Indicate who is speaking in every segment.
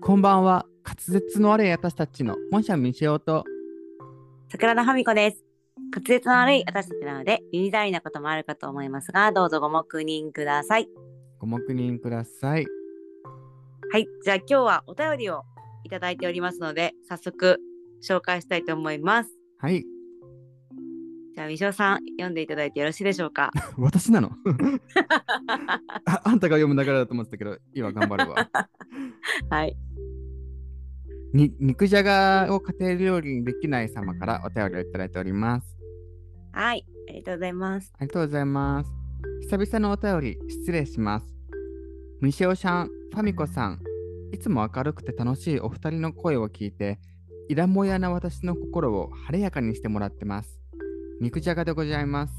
Speaker 1: こんばんは。滑舌の悪い私たちの本社未使用と
Speaker 2: 桜田ファミコです。滑舌の悪い私たちなので、耳障りなこともあるかと思いますが、どうぞご黙認ください。
Speaker 1: ご黙認ください。
Speaker 2: はい、じゃあ今日はお便りをいただいておりますので、早速紹介したいと思います。
Speaker 1: はい。
Speaker 2: じゃあ、みしおさん、読んでいただいてよろしいでしょう か。
Speaker 1: 私なのああんたが読む流れだと思ってたけど、今頑張るわ。
Speaker 2: はい、
Speaker 1: に肉じゃがを家庭料理にできない様からお便りをいただいております。
Speaker 2: はい、ありがとうございます。
Speaker 1: ありがとうございます。久々のお便り、失礼します。ミシオシャン、ファミコさん、いつも明るくて楽しいお二人の声を聞いて、イラモヤな私の心を晴れやかにしてもらってます。肉じゃがでございます。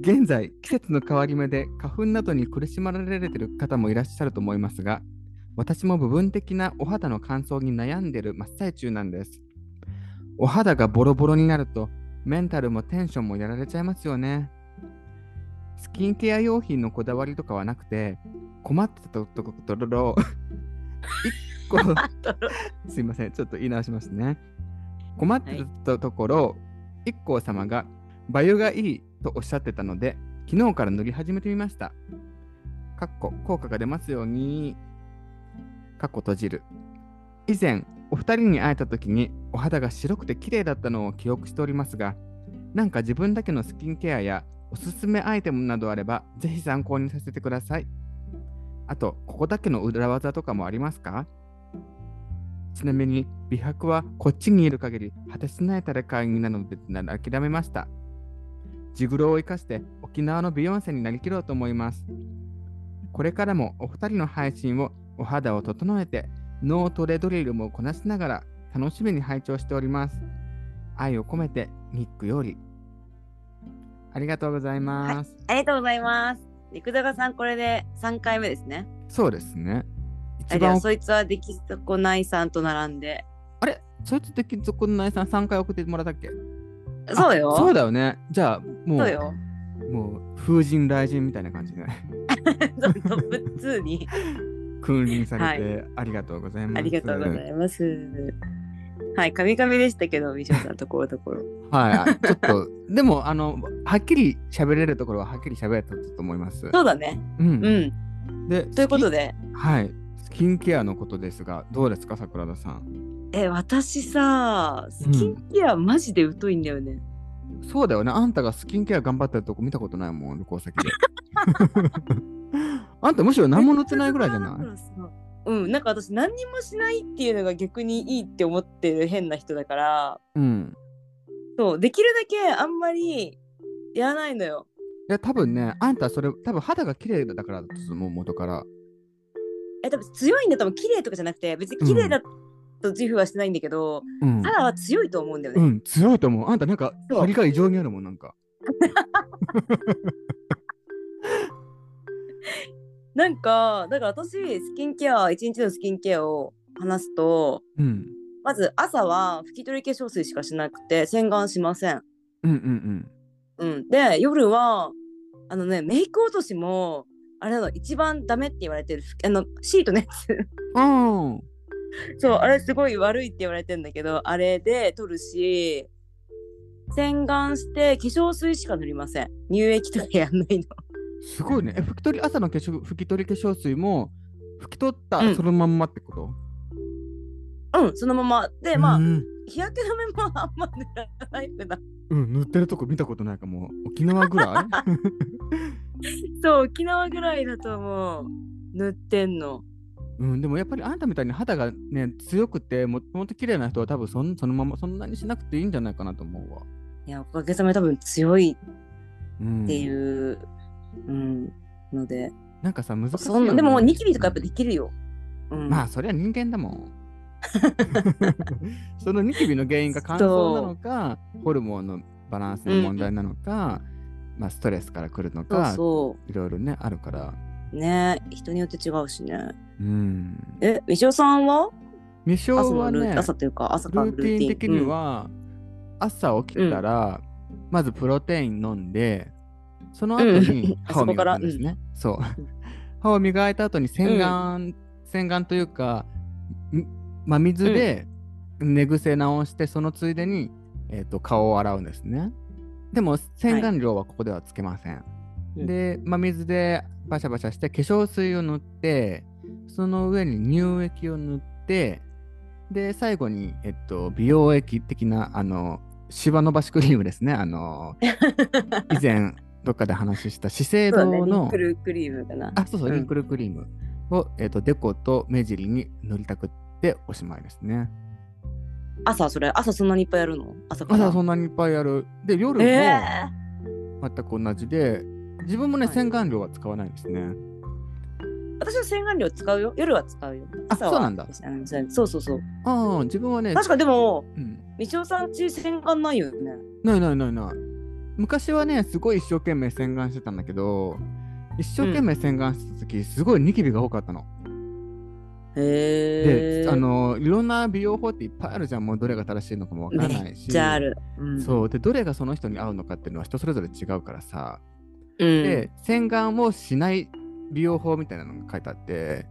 Speaker 1: 現在、現在季節の変わり目で花粉などに苦しまれている方もいらっしゃると思いますが、私も部分的なお肌の乾燥に悩んでいる真っ最中なんです。お肌がボロボロになると、メンタルもテンションもやられちゃいますよね。スキンケア用品のこだわりとかはなくて、困ってたとことろろ、一個、
Speaker 2: あと、
Speaker 1: すいません、ちょっと言い直しますね。困ってたところ、一光様が、バユがいいとおっしゃってたので、昨日から塗り始めてみました。かっこ、効果が出ますように、かっこ閉じる。以前、お二人に会えた時に、お肌が白くて綺麗だったのを記憶しておりますが、なんか自分だけのスキンケアやおすすめアイテムなどあれば、ぜひ参考にさせてください。あと、ここだけの裏技とかもありますかちなみに、美白はこっちにいる限り果てしない戦いになるのでなら諦めました。ジグロを生かして沖縄のビヨンセになりきろうと思います。これからもお二人の配信をお肌を整えて、脳トレドリルもこなしながら楽しみに拝聴しております。愛を込めてニックより。ありがとうございます。
Speaker 2: ありがとうございます。肉坂さん、これで3回目ですね。
Speaker 1: そうですね。
Speaker 2: あ
Speaker 1: 一
Speaker 2: じゃ
Speaker 1: 番
Speaker 2: あ、そいつはでき損ないさんと並んで。
Speaker 1: そいつ的にそこの内さん3回送ってもらったっけ
Speaker 2: そうよ。
Speaker 1: あそう
Speaker 2: だ
Speaker 1: だよね。じゃあもう
Speaker 2: そうよ。
Speaker 1: もう風神雷神みたいな感じで ね
Speaker 2: 普通に。
Speaker 1: 君臨されてありがとうございます。
Speaker 2: ありがとうござ
Speaker 1: す。
Speaker 2: います。はい、カミカミでしたけど、みしょさんところどころ。
Speaker 1: はい、ちょっとでもあのはっきり喋れるところははっきり喋れたと思います。
Speaker 2: そうだね。
Speaker 1: う。
Speaker 2: うんん。
Speaker 1: で
Speaker 2: ということ
Speaker 1: で、
Speaker 2: で、
Speaker 1: はい、スキンケアのことですがどうですか桜田さん。
Speaker 2: え、私さ、スキンケアマジで疎いんだよね。
Speaker 1: そうだよね。あんたがスキンケア頑張ってるとこ見たことないもん旅行先で。 あんたむしろ何も乗ってないぐらいじゃない。
Speaker 2: いうん、なんか私何にもしないっていうのが逆にいいって思ってる変な人だから
Speaker 1: うん。
Speaker 2: そうできるだけあんまりやらないのよ
Speaker 1: いや多分ねあんたそれ多分肌が綺麗だからだと思う元から。
Speaker 2: え多分強いんだと思う綺麗とかじゃなくて別に綺麗だと自負はしてないんだけど、
Speaker 1: うん。
Speaker 2: 肌は強いと思うんだよね、
Speaker 1: うん、強いと思う。あんたなんか、
Speaker 2: そう
Speaker 1: 張りが異常にあるもん、なんか。
Speaker 2: なんかだから私スキンケア一日のスキンケアを話すと
Speaker 1: うん。
Speaker 2: まず朝は拭き取り化粧水しかしなくて洗顔しません、
Speaker 1: うんうん
Speaker 2: うん、で夜はあのねメイク落としもあれなの一番ダメって言われてるふきあのシートのやつ
Speaker 1: うん。あ
Speaker 2: そうあれすごい悪いって言われてんだけどあれで取るし洗顔して化粧水しか塗りません乳液とかやんないの
Speaker 1: ーすごいね。え、拭き取り、朝の化粧拭き取り化粧水も、拭き取っ
Speaker 2: う
Speaker 1: た
Speaker 2: ん
Speaker 1: そのまんまってこと、
Speaker 2: うんそのままでまあ
Speaker 1: うん、
Speaker 2: 日焼け止めもあんま塗らない普段
Speaker 1: うん、塗ってるとこ見たことないかも。沖縄ぐら い
Speaker 2: そう沖縄ぐらいだと思う塗ってんの
Speaker 1: うん、でもやっぱりあんたみたいに肌がね、強くて、もともと綺麗な人は多分そんそのまま、そんなにしなくていいんじゃないかなと思うわ。
Speaker 2: いやおかげさまで多分強い
Speaker 1: うん、
Speaker 2: っていう、うんので
Speaker 1: なんかさ、難しいよね、
Speaker 2: そんなでもニキビとかやっぱできるよ、うん
Speaker 1: まあそりゃ人間だもん。 そのニキビの原因が乾燥なのかホルモンのバランスの問題なのか、まあ、ストレスからくるの
Speaker 2: そう
Speaker 1: か
Speaker 2: そ
Speaker 1: いろいろねあるから。
Speaker 2: うね人によって違うしね
Speaker 1: うん。
Speaker 2: えみしおさんは
Speaker 1: 未生
Speaker 2: 朝
Speaker 1: は
Speaker 2: のルー、
Speaker 1: ね
Speaker 2: 朝というか朝
Speaker 1: ル
Speaker 2: からの
Speaker 1: ー
Speaker 2: ル
Speaker 1: ティ
Speaker 2: ーテ
Speaker 1: ン
Speaker 2: ィン
Speaker 1: 的には、朝起きたら、まずプロテイン飲んでその後に
Speaker 2: うん
Speaker 1: 歯を磨くんですね。そう。 歯を磨いた後に洗顔、洗顔というかん真水で寝癖直して、そのついでに、えー、と顔を洗うんですねでも洗顔料はここではつけません、
Speaker 2: うん
Speaker 1: で真水でバシャバシャして化粧水を塗ってその上に乳液を塗ってで最後に、えっと、美容液的なあの芝伸ばしクリームですねあ の以前どっかで話した資生
Speaker 2: そうだ
Speaker 1: 堂
Speaker 2: ね、リ
Speaker 1: の、
Speaker 2: ックルクリームかな。
Speaker 1: あ、そうそう、
Speaker 2: うん
Speaker 1: リンクルクリームを、えっとデコと目尻に塗りたくっておしまいですね。
Speaker 2: 朝それ、朝そんなにいっぱいやるの朝から。
Speaker 1: 朝そんなにいっぱいやる。で、夜も
Speaker 2: え
Speaker 1: 全く同じで、自分もね、
Speaker 2: はい
Speaker 1: 洗顔料は使わないですね。
Speaker 2: ー私は洗顔料使うよ。夜は使うよ。
Speaker 1: あ
Speaker 2: 朝は
Speaker 1: そうなんだ
Speaker 2: うんそうそうそう。
Speaker 1: ああ、自分はね、
Speaker 2: 確かでも、
Speaker 1: うん、
Speaker 2: みちおさんち洗顔ないよね。
Speaker 1: ないないないない。昔はね、すごい一生懸命洗顔してたんだけど、一生懸命洗顔した時、すごいニキビが多かったの。
Speaker 2: へ
Speaker 1: で、
Speaker 2: ー
Speaker 1: あ、の、いろんな美容法っていっぱいあるじゃん、もうどれが正しいのかもわからないし。
Speaker 2: じゃあある。うん
Speaker 1: そうでどれがその人に合うのかっていうのは人それぞれ違うからさ、
Speaker 2: うん
Speaker 1: で洗顔をしない美容法みたいなのが書いてあって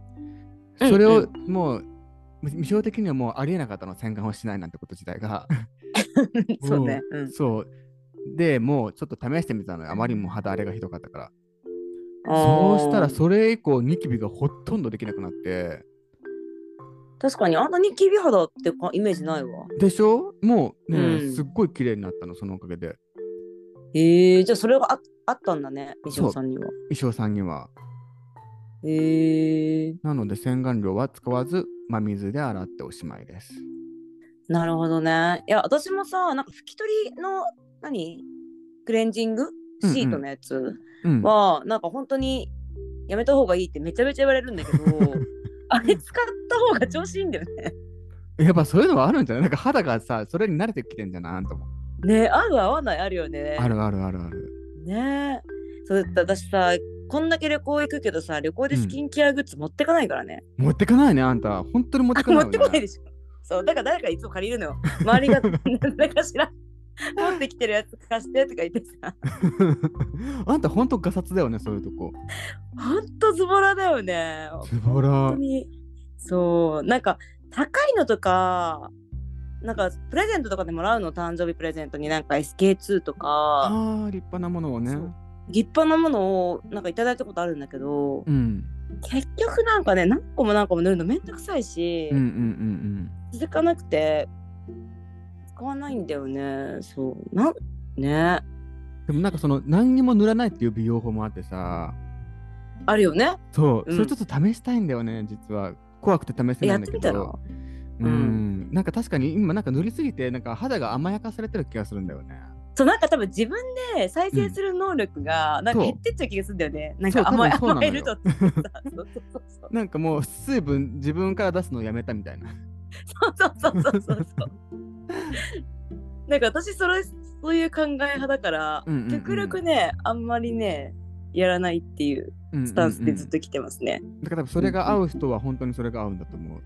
Speaker 2: うん
Speaker 1: それ
Speaker 2: う
Speaker 1: をもう無償的にはもうありえなかったの洗顔をしないなんてこと自体が
Speaker 2: そうね。うん
Speaker 1: そうでもうちょっと試してみたのよあまりにも肌荒れがひどかったから
Speaker 2: あ
Speaker 1: そ
Speaker 2: ー
Speaker 1: うしたらそれ以降ニキビがほとんどできなくなって
Speaker 2: 確かにあんなにキビ肌ってかイメージないわ
Speaker 1: でしょもうね、
Speaker 2: うん
Speaker 1: すっごい綺麗になったのそのおかげで
Speaker 2: へえじゃあそれがああったんだねみちおさんには
Speaker 1: 衣装さんには
Speaker 2: へえ
Speaker 1: なので洗顔料は使わず真水で洗っておしまいです
Speaker 2: なるほどねいや私もさなんか拭き取りの何クレンジング
Speaker 1: うんうん
Speaker 2: シートのやつ
Speaker 1: うん
Speaker 2: は、なんか本当にやめた方がいいってめちゃめちゃ言われるんだけ どあれ使った方が調子いいんだよね
Speaker 1: やっぱそういうのはあるんじゃないなんか肌がさ、それに慣れてきてんじゃないあんたも。
Speaker 2: ね合う合わないあるよね
Speaker 1: あるあるあるある。
Speaker 2: ねえそうだった私さこんだけ旅行行くけどさ旅行でスキンケアグッズ持ってかないからね、
Speaker 1: 持ってかないね、あんた。本当に持ってかないよ、ね。
Speaker 2: 持ってこないでしょ。そうだから誰かいつも借りるのよ。周りがなんだかしら持ってきてるやつ貸してとか言ってさ。
Speaker 1: あんた本当ガサツだよね、そういうとこ。
Speaker 2: ほんとズボラだよね。
Speaker 1: ズボラ
Speaker 2: 本当。に。そうなんか高いのとか。なんかプレゼントとかでもらうの誕生日プレゼントになんか SK2 とか
Speaker 1: ああ、立派なものをね
Speaker 2: そ。う立派なものをなんかいただいたことあるんだけど
Speaker 1: うん。
Speaker 2: 結局なんかね何個も何個も塗るのめんどくさいし
Speaker 1: うんうんうん
Speaker 2: 続かなくて使わないんだよねそうなんね
Speaker 1: うん。でもなんかその何にも塗らないっていう美容法もあってさ、
Speaker 2: あるよね。
Speaker 1: そう、
Speaker 2: うん
Speaker 1: それちょっと試したいんだよね、実は。怖くて試せない
Speaker 2: やっ
Speaker 1: んだ
Speaker 2: て
Speaker 1: け
Speaker 2: みたら。
Speaker 1: ど。うん、なんか確かに今なんか塗りすぎて、なんか肌が甘やかされてる気がするんだよね。
Speaker 2: そうなんか多分自分で再生する能力がなんか減ってっちゃう気がするんだよね。なんか甘え
Speaker 1: そう多分そうなの
Speaker 2: 甘
Speaker 1: よ
Speaker 2: えるとってさ。そうそうそう
Speaker 1: なんかもう水分自分から出すのをやめたみたい な。
Speaker 2: そうそうそうそうそう。 なんか私それそういう考え派だから、
Speaker 1: うんうんうん
Speaker 2: 極力ねあんまりねやらないっていうスタンスでずっと来てますね。
Speaker 1: だから多分それが合う人は本当にそれが合うんだと思う。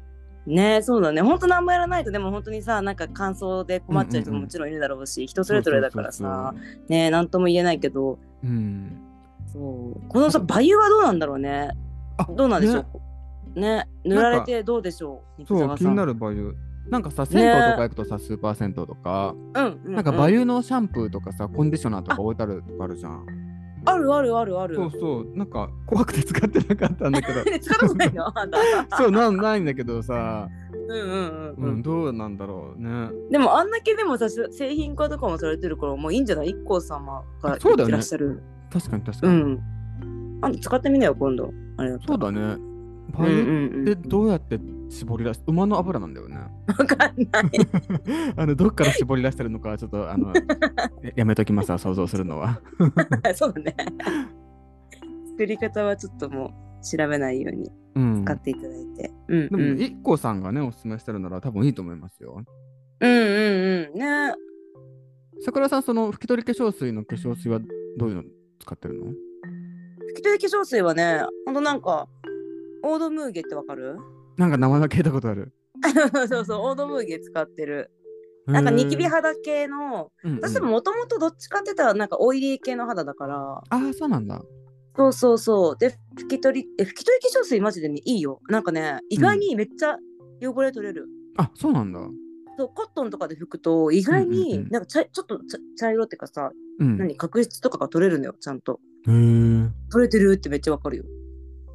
Speaker 2: ねそうだね本当何もやらないとでも本当にさなんか感想で困っちゃう人ももちろんいるだろうし、人それぞれだからさ
Speaker 1: そうそうそう
Speaker 2: ね何とも言えないけ
Speaker 1: そ
Speaker 2: ど
Speaker 1: う。うん。
Speaker 2: そうこのさ、バユはどうなんだろうね。
Speaker 1: あ
Speaker 2: どうなんでし
Speaker 1: ね
Speaker 2: ょう。ね、塗られてどうでしょう。
Speaker 1: そう気にな
Speaker 2: る。
Speaker 1: るバユ。なんかさ
Speaker 2: ね
Speaker 1: 銭湯とか行くとさ、スーパー銭湯とか、
Speaker 2: うん、う
Speaker 1: なんかバ
Speaker 2: ユ。
Speaker 1: ユのシャンプーとかさコンディショナーとか置いてあるとかあるじゃん。
Speaker 2: あるあるあるある。。
Speaker 1: そうそうなんか怖くて使ってなかったんだけど
Speaker 2: 使ったことないの。あんた
Speaker 1: そうなんないんだけどさ、
Speaker 2: うんうんう
Speaker 1: うん
Speaker 2: うん
Speaker 1: ん、。どうなんだろうね。
Speaker 2: でもあんだけでもさ製品化とかもされてるからもういいんじゃない一光様が
Speaker 1: あそうだよね
Speaker 2: いらっしゃる。
Speaker 1: 確かに確か
Speaker 2: う
Speaker 1: に。
Speaker 2: ん。あんた使ってみなよ今度。あれだった
Speaker 1: そう
Speaker 2: ら。
Speaker 1: だね。
Speaker 2: う
Speaker 1: バ
Speaker 2: んう
Speaker 1: ユ
Speaker 2: んう
Speaker 1: っ
Speaker 2: ん。
Speaker 1: てどうやって絞り出す馬の油なんだよね。
Speaker 2: わかんない。
Speaker 1: あのどっから絞り出してるのかはちょっとあ のややめときますわ想像するのは。
Speaker 2: そうだね。作り方はちょっともう調べないように
Speaker 1: うん、
Speaker 2: 買っ
Speaker 1: で
Speaker 2: ていただいて。うん、
Speaker 1: も
Speaker 2: うん。
Speaker 1: ね IKKO さんがねおすすめしてるなら多分いいと思いますよ。
Speaker 2: うんうんうんね
Speaker 1: 桜さんその拭き取り化粧水の化粧水はどういうの使ってるの
Speaker 2: 拭き取り化粧水はねほんとなんかオードムーゲってわかる
Speaker 1: なんか名前が聞いたことある。
Speaker 2: そうそうオードムーゲ使ってるなんかニキビ
Speaker 1: 派
Speaker 2: 肌系の
Speaker 1: うんうん
Speaker 2: 私ももともとどっちかって言ったらなんかオイリー系の肌だから
Speaker 1: ああそうなんだ。
Speaker 2: そうそうそう。で、拭き取り、え、拭き取り化粧水マジでね、いいよ。なんかね、意外にめっちゃ汚れ取れる。
Speaker 1: あ、そうなんだ。
Speaker 2: そう、コットンとかで拭くと、意外
Speaker 1: うんうんう
Speaker 2: に
Speaker 1: ん
Speaker 2: なんか茶、ちょっと茶茶色っていうかさ、
Speaker 1: うん。
Speaker 2: 何、角質とかが取れるのよ、ちゃんと。
Speaker 1: へー
Speaker 2: 取れてるってめっちゃわかるよ。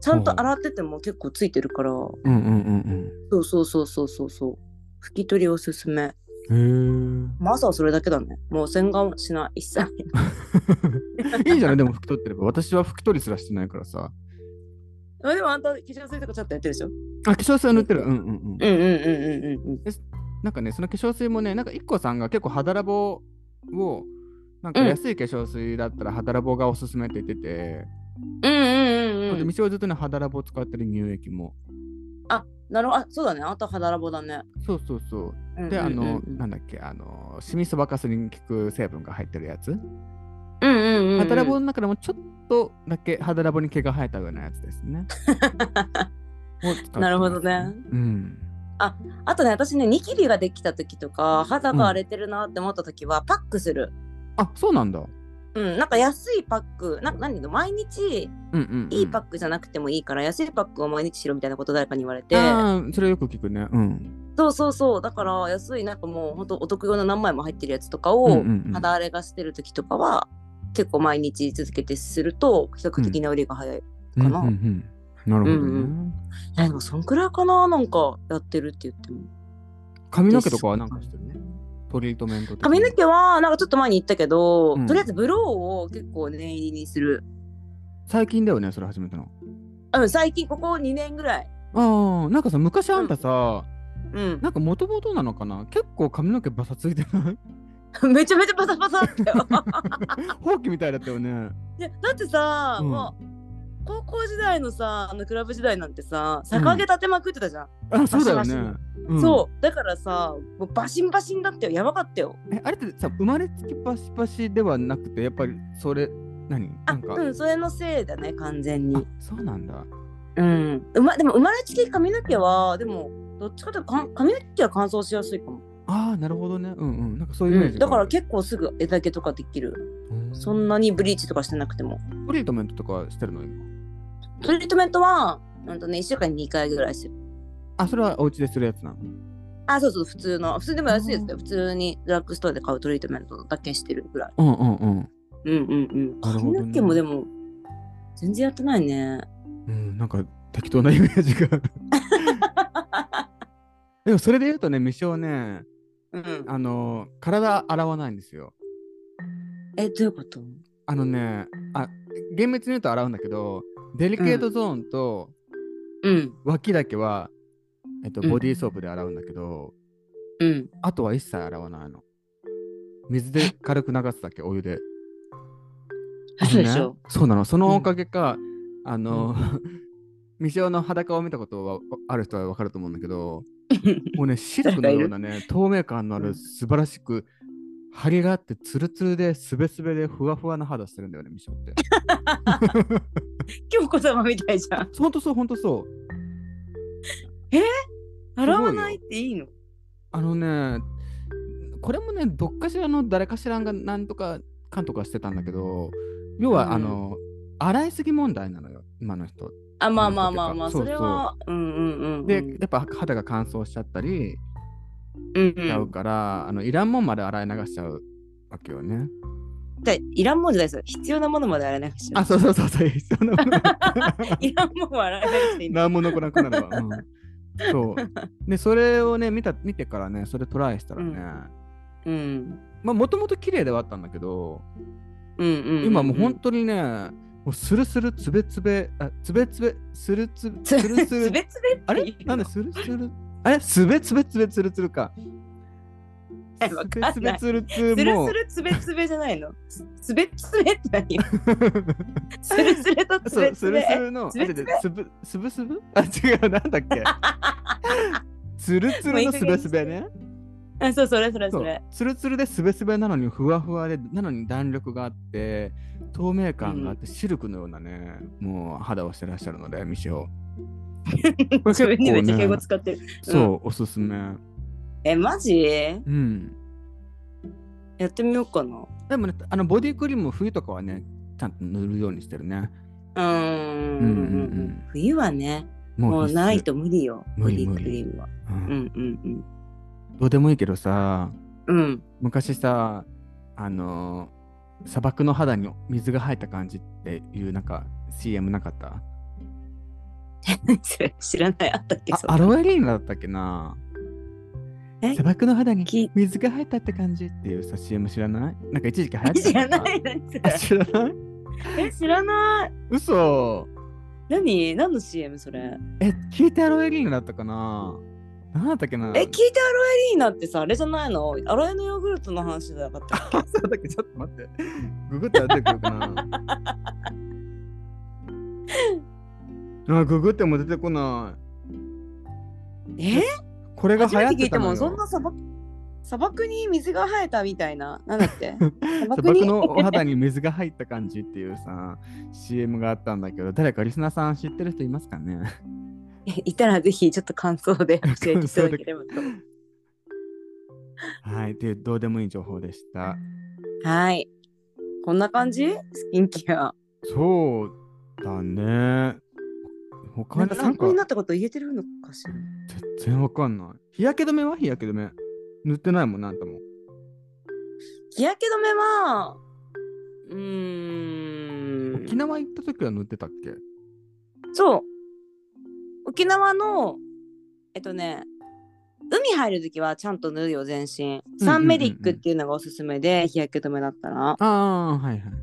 Speaker 2: ちゃん
Speaker 1: ほう
Speaker 2: と洗ってても結構ついてるから、
Speaker 1: うんうん
Speaker 2: そうそうそうそうそうそう。拭き取りおすすめ。
Speaker 1: うんうん。へー
Speaker 2: まあ、朝はそれだけだね。もう洗顔はしない、 一切。
Speaker 1: いいじゃないでも拭き取ってれば私は拭き取りすらしてないからさ
Speaker 2: ま あでもあんた化粧水とかちょっとやってるでしょ
Speaker 1: あ化粧水は塗ってるうんうんうん
Speaker 2: うんうんうんうんうんうん。
Speaker 1: なんかねその化粧水もねなんか IKKO さんが結構肌ラボをなんか
Speaker 2: うん
Speaker 1: 安い化粧水だったら肌ラボがおすすめって言ってて、
Speaker 2: うんうんうんう
Speaker 1: で
Speaker 2: ん。
Speaker 1: みちおずっとね肌ラボを使ってる乳液も
Speaker 2: なるほど。あ、そうだね。あんた肌ラボだね。
Speaker 1: そうそうそう
Speaker 2: うんうんうん
Speaker 1: で、あの、
Speaker 2: うん
Speaker 1: なんだっけ、あの、シミそばかすに効く成分が入ってるやつ。
Speaker 2: うんうん。
Speaker 1: 肌ラボの中でもちょっとだけ肌ラボに毛が生えたようなやつです ね。を使ってます
Speaker 2: なるほどね。
Speaker 1: うん。
Speaker 2: あとね、私ね、ニキビができた時とか、肌が荒れてるなって思った時は、パックする。
Speaker 1: あ、そうなんだ。うん
Speaker 2: うん、なんか安いパック、なんか何だろう毎日
Speaker 1: うん、うん。
Speaker 2: いいパックじゃなくてもいいから、安いパックを毎日しろみたいなこと誰かに言われて、
Speaker 1: ああ、それよく聞くね。うん。
Speaker 2: そうそうそう、だから安い、なんかもう本当お得用の何枚も入ってるやつとか
Speaker 1: うん
Speaker 2: を
Speaker 1: うんうん、
Speaker 2: 肌荒れがしてる時とかは、結構毎日続けてすると、比較的治りが早い。
Speaker 1: うん
Speaker 2: か
Speaker 1: うんう
Speaker 2: な
Speaker 1: ん。なるほどね。
Speaker 2: うんうえ、でもそんくらいかな、なんかやってるって言っても。
Speaker 1: 髪の毛とかはなんかしてるね。トリートメント的な
Speaker 2: 髪の毛は、なんかちょっと前に言ったけど、
Speaker 1: うん
Speaker 2: とりあえずブローを結構念入りにする。
Speaker 1: 最近だよね、それ始めたの。
Speaker 2: うん、最近ここ2年ぐらい。
Speaker 1: ああ、なんかさ、昔あんたさ、
Speaker 2: うん。
Speaker 1: なんかもともとなのかな結構髪の毛バサついてない
Speaker 2: めちゃめちゃパサパサだったよ。
Speaker 1: ほうきみたいだったよね。
Speaker 2: いやだってさ、
Speaker 1: うん
Speaker 2: もう高校時代のさあのクラブ時代なんてさ逆上げ立てまくってたじゃん、
Speaker 1: あ、そうだよ
Speaker 2: バシ
Speaker 1: ね
Speaker 2: バ。
Speaker 1: ん
Speaker 2: そうだからさもうバシンバシンだったよやばかったよ
Speaker 1: え、あれってさ、生まれつきパシパシではなくて、やっぱりそれ、何
Speaker 2: あ
Speaker 1: なんか、
Speaker 2: うんそれのせいだね完全
Speaker 1: あ
Speaker 2: に
Speaker 1: そうなんだ。
Speaker 2: うんうまでも生まれつき髪の毛はでもどっちかというとかん髪の毛は乾燥しやすいかも、
Speaker 1: ああ、なるほどね。うんうん。なんかそう
Speaker 2: う
Speaker 1: いうイメー
Speaker 2: ん、
Speaker 1: ジ
Speaker 2: だ
Speaker 1: が
Speaker 2: か
Speaker 1: あ
Speaker 2: ら
Speaker 1: る、
Speaker 2: 結構すぐ枝毛とかできる
Speaker 1: うん
Speaker 2: そんなにブリーチとかしてなくても
Speaker 1: トリートメントとかしてるの今。
Speaker 2: トリートメントはなんとね1週間に2回ぐらいする
Speaker 1: あ、それはお家でするやつなの。
Speaker 2: あそうそう普通の普通でも安いです
Speaker 1: う
Speaker 2: よ普通にドラッグストアで買うトリートメントだけしてるぐらい
Speaker 1: うんうんうん。
Speaker 2: うんうんうん。
Speaker 1: なるほ
Speaker 2: 髪
Speaker 1: どね
Speaker 2: の毛もでも、全然やってないね。
Speaker 1: うん、なんか適当なイメージ が。でもそれで言うとね、未生ね、
Speaker 2: うん、
Speaker 1: あの、体洗わないんですよ。
Speaker 2: え、どういうこと
Speaker 1: あのね、あ、厳密に言うと洗うんだけど、デリケートゾーンと、
Speaker 2: うん、
Speaker 1: 脇だけは、えっと、
Speaker 2: うん
Speaker 1: ボディーソープで洗うんだけど、
Speaker 2: うん。
Speaker 1: あとは一切洗わないの。水で軽く流すだけ、お湯で。あの
Speaker 2: 嘘
Speaker 1: ね
Speaker 2: でしょ。
Speaker 1: そうなの。そのおかげか、あの、 未生の裸を見たことはある人はわかると思うんだけ ど、もうね、シルクのようなね、透明感のあ
Speaker 2: う
Speaker 1: る
Speaker 2: ん
Speaker 1: 素晴らしく、張りがあって、ツルツルで、すべすべで、ふわふわな肌してるんだよね、未生 って。
Speaker 2: 京子様みたいじ ゃん。
Speaker 1: ほんとそう、ほんとそう。ごいよ
Speaker 2: 洗わないっていいの
Speaker 1: あのね、これもね、どっかしらの誰かしらがなんとかかんとかしてたんだけど、要は、
Speaker 2: うん
Speaker 1: あの、洗いすぎ問題なのよ、今の人。
Speaker 2: あ、まあまあまあまあ、
Speaker 1: そうそ
Speaker 2: そうれは。うんうんうん。
Speaker 1: で、
Speaker 2: うん
Speaker 1: やっぱ肌が乾燥しちゃったり
Speaker 2: うん
Speaker 1: しちゃ
Speaker 2: う。
Speaker 1: うんから、あのいらんもんまで洗い流しちゃうわけよね。
Speaker 2: じゃあいらんもんじゃないですよ。必要なものまで洗えないし。
Speaker 1: あ、そうそうそうそう、必要なもの。
Speaker 2: いらんもんは洗えないしていいの。
Speaker 1: 何も残らなくなるわ。うんそう。で、それをね、見た見てからね、それトライしたらね、
Speaker 2: うんうん。
Speaker 1: まあ、もともと綺麗ではあったんだけど、
Speaker 2: うんうんうんうん。
Speaker 1: 今もう本当にね、もうスルスルつべつべ、あつべつべ、スルつ
Speaker 2: つ
Speaker 1: スルス
Speaker 2: つべ
Speaker 1: ル、
Speaker 2: つべって
Speaker 1: あれ
Speaker 2: 言う
Speaker 1: なん
Speaker 2: の
Speaker 1: だ、スルスル、あれすべつべつべつるつるか。
Speaker 2: え
Speaker 1: す
Speaker 2: わかん
Speaker 1: べ
Speaker 2: ない
Speaker 1: つべつるつ
Speaker 2: スレ
Speaker 1: も
Speaker 2: スレつべつべじゃないの。すすべつべって 何よ。スレスレとつ
Speaker 1: そ
Speaker 2: べ
Speaker 1: う、ス
Speaker 2: つ
Speaker 1: ル
Speaker 2: べ
Speaker 1: ス。ルの、あ、
Speaker 2: つべ
Speaker 1: 違う違うすぶ、すぶすぶ あ、違う、なんだっ け。つるつるのすべすべね。
Speaker 2: あ、そう、それそれ
Speaker 1: そ
Speaker 2: そうれ。、
Speaker 1: つるつるですべすべなのにふわふわで、なのに弾力があって、透明感があって、シルクのようなね、もう肌をしてらっしゃるので、ミシオ。これ結
Speaker 2: 自
Speaker 1: 構ね
Speaker 2: 分にめっちゃ敬語使ってる。
Speaker 1: そう、おすすめ。
Speaker 2: え、マジ
Speaker 1: うん。
Speaker 2: やってみようかな。
Speaker 1: でもね、あのボディクリームも冬とかはね、ちゃんと塗るようにしてるね。
Speaker 2: うんうんうん
Speaker 1: うんうんうん
Speaker 2: 冬はねも
Speaker 1: もう
Speaker 2: う
Speaker 1: 必須
Speaker 2: ないと無理よ
Speaker 1: 無理
Speaker 2: ボ
Speaker 1: 無
Speaker 2: ディ
Speaker 1: 理
Speaker 2: クリームは
Speaker 1: う
Speaker 2: うんんうん
Speaker 1: どうでもいいけどさ
Speaker 2: うんうん
Speaker 1: 昔さあのー砂漠の肌に水が入った感じっていうなんか CM なかった
Speaker 2: それ 知らないあったっけ
Speaker 1: あ
Speaker 2: そんな
Speaker 1: アロエリーナだったっけな
Speaker 2: え
Speaker 1: 砂漠の肌に
Speaker 2: き
Speaker 1: 水が入ったって感じっていうさ CM 知らないなんか一時期流行って
Speaker 2: 知
Speaker 1: た
Speaker 2: ら
Speaker 1: よな
Speaker 2: ない何そ
Speaker 1: あ
Speaker 2: れ
Speaker 1: 知らない
Speaker 2: え知らない
Speaker 1: 嘘
Speaker 2: 何何の CM それ
Speaker 1: え聞いてアロエリーナだったかななんだったっけな
Speaker 2: え聞いてアロエリーナってさあれじゃないのアロエのヨーグルトの話じゃなかったっけ
Speaker 1: そうだっけちょっと待って。ググったら出てくるか な。あググっても出てこない。
Speaker 2: え
Speaker 1: これが流
Speaker 2: 初め
Speaker 1: 行って
Speaker 2: 聞
Speaker 1: て
Speaker 2: いて
Speaker 1: たのよ
Speaker 2: もそんな砂漠砂漠に水が生えたみたいななんだって
Speaker 1: 砂
Speaker 2: 砂漠に
Speaker 1: 漠のお肌に水が入った感じっていうさ CM があったんだけど誰かリスナーさん知ってる人いますかね
Speaker 2: いたらぜひちょっと感想で教えていただけ ればと
Speaker 1: はいっていうどうでもいい情報でした
Speaker 2: はいこんな感じスキンケア
Speaker 1: そうだね他
Speaker 2: なん
Speaker 1: に
Speaker 2: か
Speaker 1: なん
Speaker 2: 参
Speaker 1: か
Speaker 2: 考になったこと言えてるのかしら
Speaker 1: 全然わかんない日焼け止めは日焼け止め塗ってないもんなんたも
Speaker 2: 日焼け止めはうーん
Speaker 1: 沖縄行った時は塗ってたっけ
Speaker 2: そう沖縄のえっとね海入るときはちゃんと塗るよ全身サンメディックっていうのがおすすめで日焼け止めだったら
Speaker 1: ああはいはい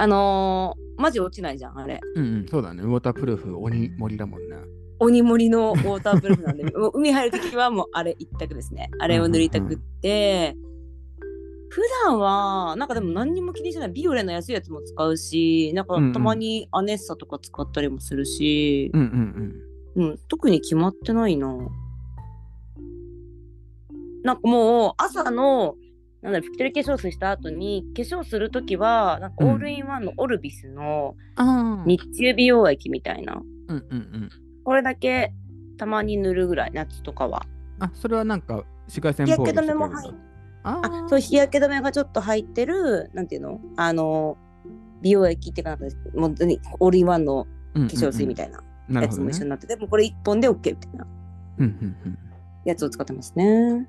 Speaker 2: あのー、マジ落ちないじゃんあれ
Speaker 1: うんうんそうだねウォータープルーフ鬼森だもんね
Speaker 2: 鬼森のウォータープルーフなんでもう海入る時はもうあれ一択ですねあれを塗りたくって、普段はなんかでも何にも気にしないビオレの安いやつも使うしなんか
Speaker 1: うんうん
Speaker 2: たまにアネッサとか使ったりもするし、
Speaker 1: うんうん
Speaker 2: うん特に決まってないななんかもう朝のなんだろう拭き取り化粧水した後に化粧する時はなんかオールインワンのオルビスの
Speaker 1: うんああ
Speaker 2: 日中美容液みたいな、
Speaker 1: うんうんうん
Speaker 2: これだけたまに塗るぐらい夏とかは
Speaker 1: あそれはなんか紫外線
Speaker 2: 日
Speaker 1: 防
Speaker 2: 焼
Speaker 1: 御
Speaker 2: け
Speaker 1: して
Speaker 2: 止
Speaker 1: くれる
Speaker 2: めも
Speaker 1: の
Speaker 2: 入っ
Speaker 1: あ
Speaker 2: あ
Speaker 1: ー
Speaker 2: そう日焼け止めがちょっと入ってるなんていうのあの美容液っていうかなんか本当にオールインワンの
Speaker 1: うんうんうん
Speaker 2: 化粧水みたいな
Speaker 1: なる
Speaker 2: や
Speaker 1: ほ
Speaker 2: つ
Speaker 1: ど
Speaker 2: も
Speaker 1: ね
Speaker 2: 一緒になってて、でもこれ1本で OK みたいな
Speaker 1: うんうん
Speaker 2: やつを使ってますね
Speaker 1: うんうん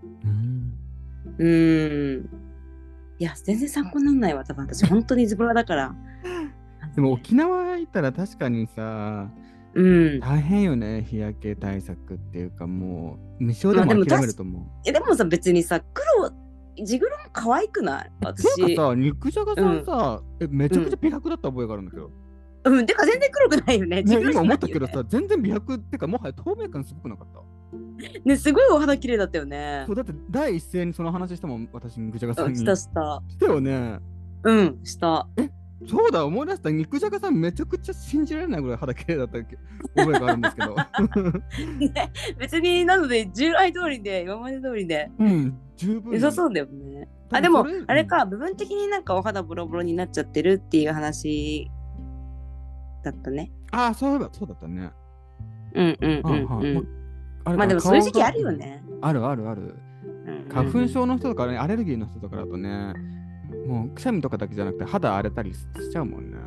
Speaker 2: うーんいや全然参考にならないわ多分私本当にズボラだから
Speaker 1: でも沖縄行ったら確かにさ
Speaker 2: うん
Speaker 1: 大変よね日焼け対策っていうかもう無償で
Speaker 2: まあで
Speaker 1: も
Speaker 2: も
Speaker 1: 諦めると思う、
Speaker 2: えでもさ別にさ黒ジグロも可愛くない
Speaker 1: なん
Speaker 2: 私
Speaker 1: かさ肉じゃがさんさ、えめちゃくちゃ美白だった覚えがあるんだけど、
Speaker 2: うんてか全然黒くないよねジ
Speaker 1: ね
Speaker 2: グロじ
Speaker 1: 今
Speaker 2: ゃな
Speaker 1: 思
Speaker 2: い
Speaker 1: ったけ
Speaker 2: よ
Speaker 1: ど
Speaker 2: ね
Speaker 1: さ全然美白っていうかもはや透明感すごくなかった
Speaker 2: ねすごいお肌綺麗だったよね
Speaker 1: そうだって第一声にその話したもん私肉じゃがさ
Speaker 2: うんん
Speaker 1: に
Speaker 2: したした
Speaker 1: したよね
Speaker 2: うんした
Speaker 1: そうだ思い出した肉じゃがさんめちゃくちゃ信じられないぐらい肌綺麗だった覚えがあるんです けど
Speaker 2: ね、別になので従来通りで今まで通りで
Speaker 1: うん十分
Speaker 2: 良さそうだよね。あ
Speaker 1: で
Speaker 2: で
Speaker 1: も
Speaker 2: も
Speaker 1: それ
Speaker 2: あれか部分的になんかお肌ボロボロになっちゃってるっていう話だったね。
Speaker 1: ああそういえばそうだったね
Speaker 2: うんうんうん
Speaker 1: はあはあ
Speaker 2: うん。
Speaker 1: あれ
Speaker 2: まあでも
Speaker 1: 顔
Speaker 2: そういう時期
Speaker 1: が
Speaker 2: あるよね。
Speaker 1: あるあるある
Speaker 2: うんうん
Speaker 1: 花粉症の人とかねアレルギーの人とかだとねもうくしゃみとかだけじゃなくて肌荒れたりしちゃうもんね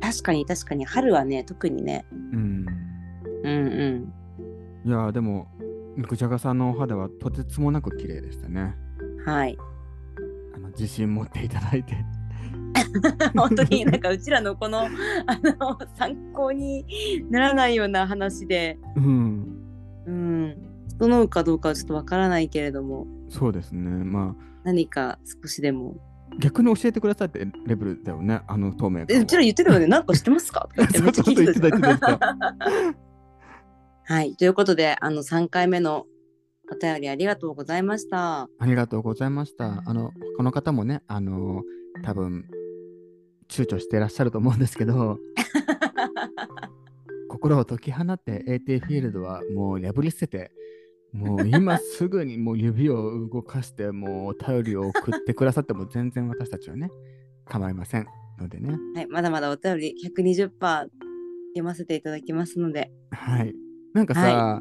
Speaker 2: 確かに確かに春はね特にね。
Speaker 1: うん
Speaker 2: うんうん。
Speaker 1: いやーでも肉じゃがさんのお肌はとてつもなく綺麗でしたね
Speaker 2: はい。
Speaker 1: あの自信持っていただいて
Speaker 2: 本当になんかうちらのこ のあの参考にならないような話で、
Speaker 1: うん
Speaker 2: うん、整うかどうかはちょっとわからないけれども
Speaker 1: そうですね。まあ
Speaker 2: 何か少しでも
Speaker 1: 逆に教えてくださいってレベルだよね。あの透明
Speaker 2: え
Speaker 1: 感は。
Speaker 2: うちら言ってる よね、なんか知ってますかとか言ってめっちゃ聞いてたじゃん
Speaker 1: そうそうそう言ってた言ってた
Speaker 2: はい、ということで、あの3回目のお便りありがとうござい ました。
Speaker 1: ありがとうございました。あの他の方もね、あの多分躊躇してらっしゃると思うんですけど、心を解き放って AT フィールドはもう破り捨てて。もう今すぐにもう指を動かしてもうお便りを送ってくださっても全然私たちはね構いませんのでね
Speaker 2: はい、まだまだお便り120%読ませていただきますので、
Speaker 1: はい。なんかさ、
Speaker 2: は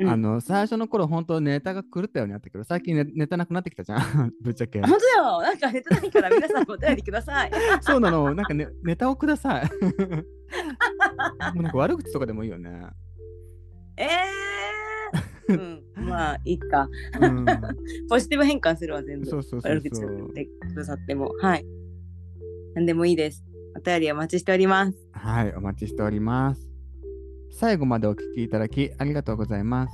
Speaker 2: うん
Speaker 1: あの最初の頃本当ネタが狂ったようになったけど最近ネネタなくなってきたじゃん ぶっちゃけ
Speaker 2: 本当だよなんかネタないから皆さんお便りください
Speaker 1: そうなのなんか、ね、ネタをくだ さいもうなんか悪口とかでもいいよね、
Speaker 2: ええ ー、うんまあいいか
Speaker 1: うん、
Speaker 2: ポジティブ変換するわ全部
Speaker 1: そうそうそう
Speaker 2: 悪口
Speaker 1: そ
Speaker 2: 言っ
Speaker 1: う
Speaker 2: てくださってもはい何でもいいですお便りお待ちしております
Speaker 1: はいお待ちしております最後までお聞きいただきありがとうございます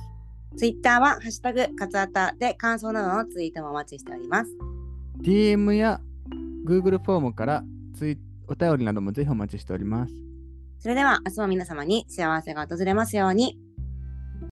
Speaker 2: ツイッターはハッシュタグカツアタで感想などのツイートもお待ちしております。
Speaker 1: DM や Google フォームからツイお便りなどもぜひお待ちしております
Speaker 2: それでは明日も皆様に幸せが訪れますように。